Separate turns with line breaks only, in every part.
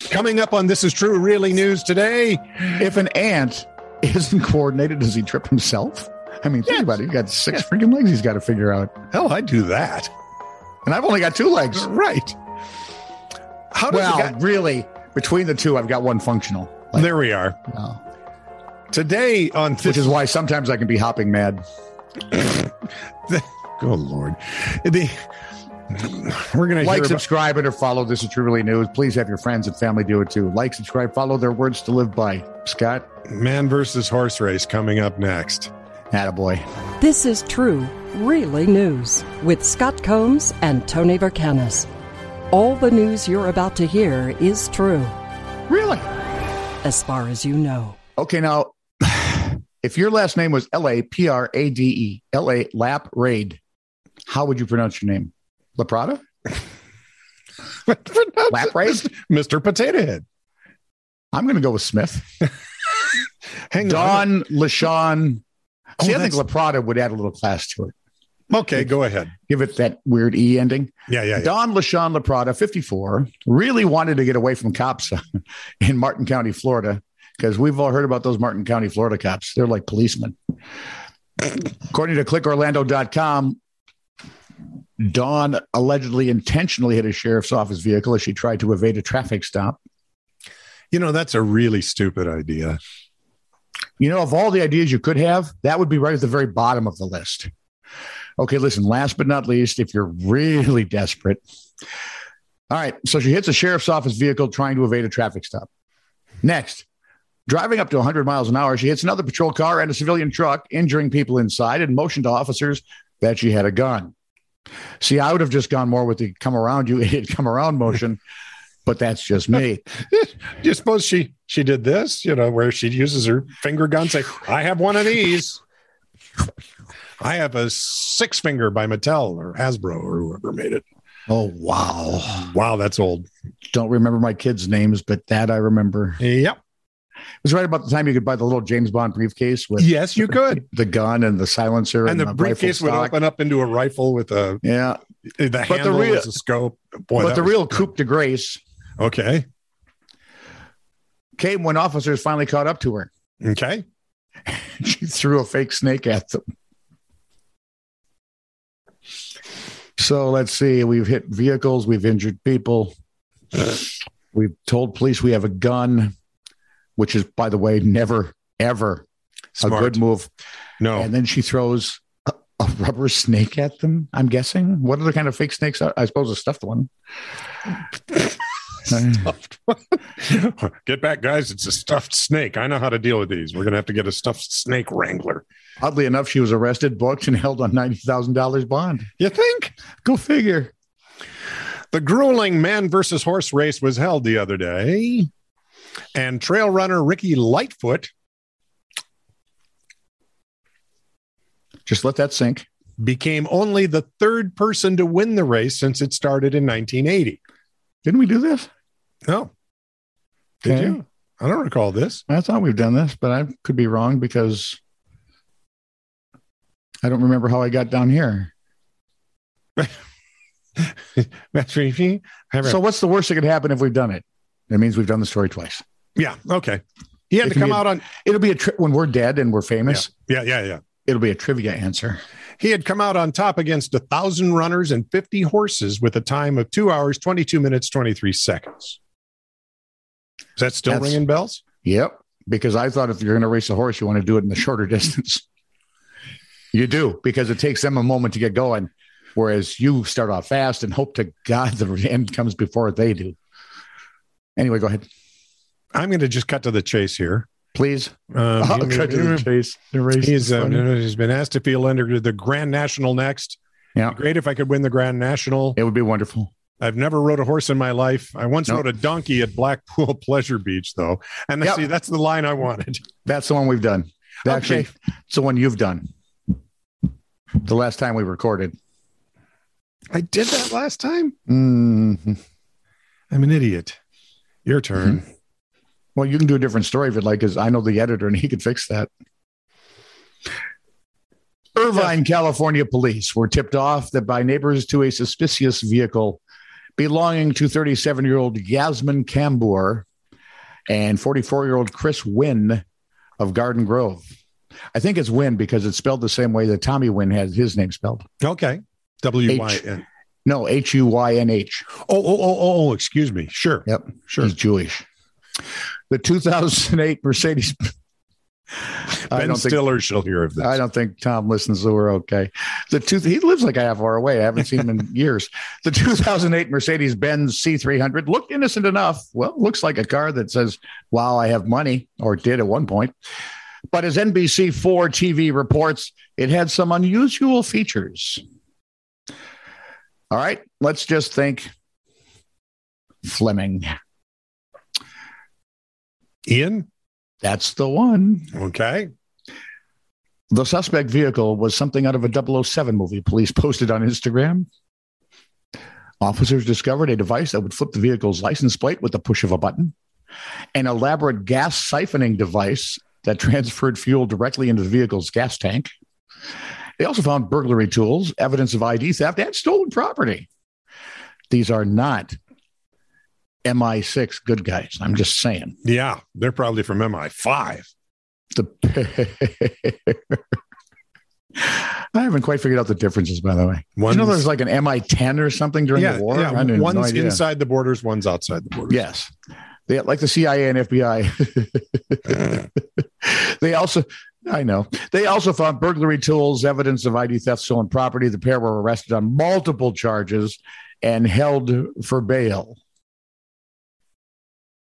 Coming up on This Is True Really News today.
If an ant isn't coordinated, does he trip himself? I mean, think about it. He's got six freaking legs he's got to figure out.
Hell, I'd do that.
And I've only got two legs.
Right. How does
Well,
it get-
really, between the two, I've got one functional. Like,
There we are.
no.
Today on
Oh. Which
this
is why sometimes I can be hopping mad.
Good Lord. The, we're going to
Like,
hear about,
subscribe, and or follow. This is True Really News. Please have your friends and family do it too. Like, subscribe, follow their words to live by. Scott,
man versus horse race coming up next.
attaboy.
This is true, really news with Scott Combs and Tony Vercanis. All the news you're about to hear is true,
Really?
as far as you know.
Okay, now, if your last name was L A P R A D E, L A Lap Raid, how would you pronounce your name? Laprada? Lap Raid?
Mr. Potato Head.
I'm going to go with Smith.
Hang on.
Don LaShawn.
Oh,
See, I think
that's-
Laprada would add a little class to it.
Okay, go ahead.
Give it that weird E ending.
Yeah, yeah, yeah.
Don LaShawn LaPrada, 54, really wanted to get away from cops in Martin County, Florida, because we've all heard about those Martin County, Florida cops. They're like policemen. According to clickorlando.com, Dawn allegedly intentionally hit a sheriff's office vehicle as she tried to evade a traffic stop.
You know, that's a really stupid idea.
You know, of all the ideas you could have, that would be right at the very bottom of the list. Okay, listen, last but not least, if you're really desperate. All right, so she hits a sheriff's office vehicle trying to evade a traffic stop. Next, driving up to 100 miles an hour, she hits another patrol car and a civilian truck, injuring people inside and motioned to officers that she had a gun. See, I would have just gone more with the come around, you idiot, come around motion, but that's just me.
Do you suppose she she did this? You know, where she uses her finger gun, say, "I have one of these." I have a six finger by Mattel or Hasbro or whoever made it.
Oh, wow.
Wow, that's old.
Don't remember my kids' names, but that I remember.
Yep.
It was right about the time you could buy the little James Bond briefcase with
Yes, you could.
the gun and the silencer
And the
rifle
briefcase would
stock.
open up into a rifle with a
Yeah,
the handle
real-
was a scope. Boy,
but
that
the
was-
real coup de grace
Okay.
came when officers finally caught up to her.
Okay.
she threw a fake snake at them. So let's see. We've hit vehicles. We've injured people. We've told police we have a gun, which is, by the way, never ever
Smart.
a good move.
no.
And then she throws a, a rubber snake at them. I'm guessing. What other kind of fake snakes? Are? I suppose a stuffed one. Uh,
Stuffed one. get back, guys. It's a stuffed snake. I know how to deal with these. We're gonna have to get a stuffed snake wrangler.
Oddly enough, she was arrested, booked, and held on ninety thousand dollars bond.
You think?
Go figure.
The grueling man versus horse race was held the other day, and trail runner Ricky Lightfoot
Just let that sink.
became only the third person to win the race since it started in 1980.
Didn't we do this?
Oh, did
Okay.
you? I don't recall this.
I thought we've done this, but I could be wrong because I don't remember how I got down here. So, what's the worst that could happen if we've done it? That means we've done the story twice.
yeah, okay. He had
If
to come
you-
out on.
It'll be a tri- when we're dead and we're famous.
Yeah, yeah, yeah.
It'll be a trivia answer.
He had come out on top against a thousand runners and 50 horses with a time of two hours, 22 minutes, 23 seconds. Is that still
That's-
ringing bells?
Yep. Because I thought if you're going to race a horse, you want to do it in the shorter distance. You do, because it takes them a moment to get going. Whereas you start off fast and hope to God the end comes before they do. Anyway, go ahead.
I'm going to just cut to the chase here.
Please.
Um,
I'll cut to the chase. The race
He's,
Oh,
uh,
is funny.
he's been asked if he'll enter the Grand National next.
Yeah.
Great if I could win the Grand National.
It would be wonderful.
I've never rode a horse in my life. I once
Nope.
rode a donkey at Blackpool Pleasure Beach, though. And
Yep.
see, that's the line I wanted.
That's the one we've done.
Okay.
Actually, it's the one you've done. The last time we recorded.
I did that last time.
Mhm.
I'm an idiot. Your turn.
Well, you can do a different story if you'd like, because I know the editor and he could fix that. Irvine, California police were tipped off that by neighbors to a suspicious vehicle belonging to 37 year old Yasmin Cambour and 44 year old Chris Wynn of Garden Grove. I think it's Wynn because it's spelled the same way that Tommy Wynn has his name spelled.
Okay. W Y N.
No, Mm-hmm. H U Y N H.
Oh, oh, oh, oh, oh, excuse me. Sure.
Yep.
Sure.
He's Jewish. The 2008 Mercedes. Mm-hmm. I
ben
don't think
Stiller shall hear of this.
I don't think Tom listens, so we're okay. The two, he lives like a half hour away. I haven't seen him in years. The 2008 Mercedes Benz C300 looked innocent enough. Well, looks like a car that says, Wow, I have money, or did at one point. But as NBC4 TV reports, it had some unusual features. All right, let's just think Fleming.
Ian?
That's the one.
Okay.
The suspect vehicle was something out of a 007 movie, police posted on Instagram. Officers discovered a device that would flip the vehicle's license plate with the push of a button, an elaborate gas siphoning device that transferred fuel directly into the vehicle's gas tank. They also found burglary tools, evidence of ID theft, and stolen property. These are not MI6 good guys. I'm just saying.
Yeah. They're probably from MI5.
The I haven't quite figured out the differences, by the way.
One's,
you know, there's like an MI10 or something during
yeah,
the war. I
yeah.
had no
one's
idea.
inside the borders, one's outside the borders.
Yes, they like the CIA and FBI. they also, I know, they also found burglary tools, evidence of ID theft, stolen property. The pair were arrested on multiple charges and held for bail.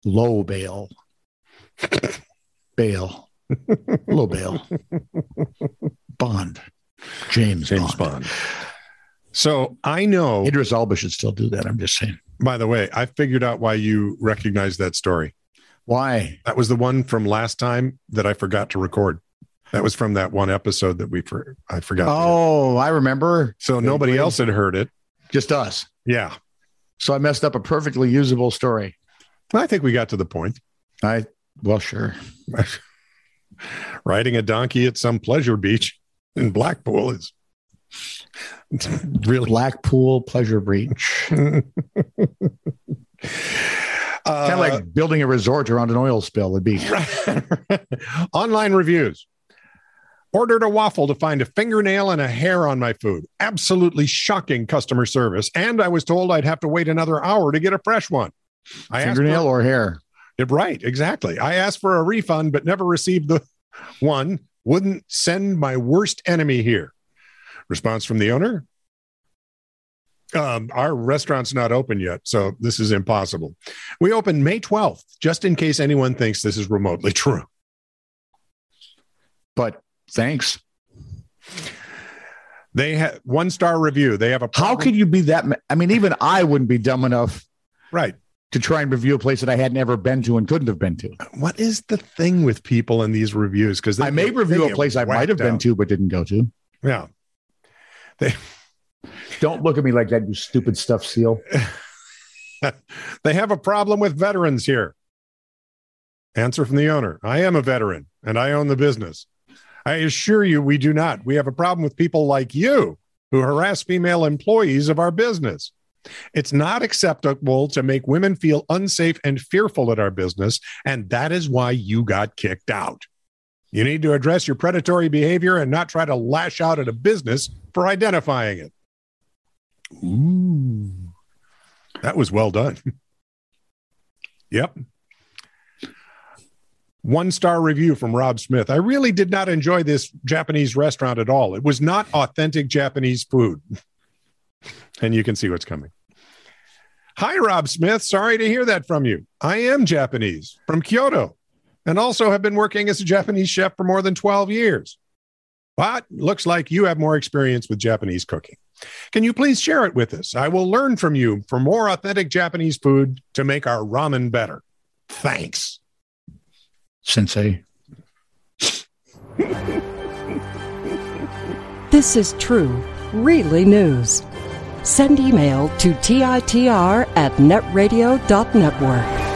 Low bail, bail, low bail, Bond, James,
James
Bond.
Bond. So I know,
Idris Elba should still do that. I'm just saying.
by the way, I figured out why you recognize that story.
Why?
That was the one from last time that I forgot to record. That was from that one episode that we for, I forgot. to record.
Oh, I remember.
so nobody
wait.
else had heard it.
Just us.
Yeah.
So I messed up a perfectly usable story.
I think we got to the point.
I well, sure.
Riding a donkey at some pleasure beach in Blackpool is really Uh,
Blackpool pleasure breach. kind
Uh,
of like building a resort around an oil spill would be.
Online reviews. Ordered a waffle to find a fingernail and a hair on my food. Absolutely shocking customer service. And I was told I'd have to wait another hour to get a fresh one. I asked for-
Fingernail or hair?
Yeah, right, exactly. I asked for a refund, but never received the one. Wouldn't send my worst enemy here. Response from the owner. Um, our restaurant's not open yet, so this is impossible. We open May 12th, just in case anyone thinks this is remotely true.
But thanks.
They have one star review. They have a
How
problem-
could you be that? ma- I mean, even I wouldn't be dumb enough
right.
to try and review a place that I had never been to and couldn't have been to.
What is the thing with people in these reviews? Because
I may review a place I might have been to but didn't go to.
Yeah.
Don't look at me like that, you stupid stuff seal.
They have a problem with veterans here. Answer from the owner I am a veteran and I own the business. I assure you, we do not. We have a problem with people like you who harass female employees of our business. It's not acceptable to make women feel unsafe and fearful at our business. And that is why you got kicked out. You need to address your predatory behavior and not try to lash out at a business for identifying it. Ooh. That was well done. yep. One star review from Rob Smith. I really did not enjoy this Japanese restaurant at all. It was not authentic Japanese food. and you can see what's coming. Hi, Rob Smith. Sorry to hear that from you. I am Japanese from Kyoto and also have been working as a Japanese chef for more than 12 years. But looks like you have more experience with Japanese cooking. Can you please share it with us? I will learn from you for more authentic Japanese food to make our ramen better. Thanks.
Sensei.
This is true, really news. Send email to TITR at netradio.network.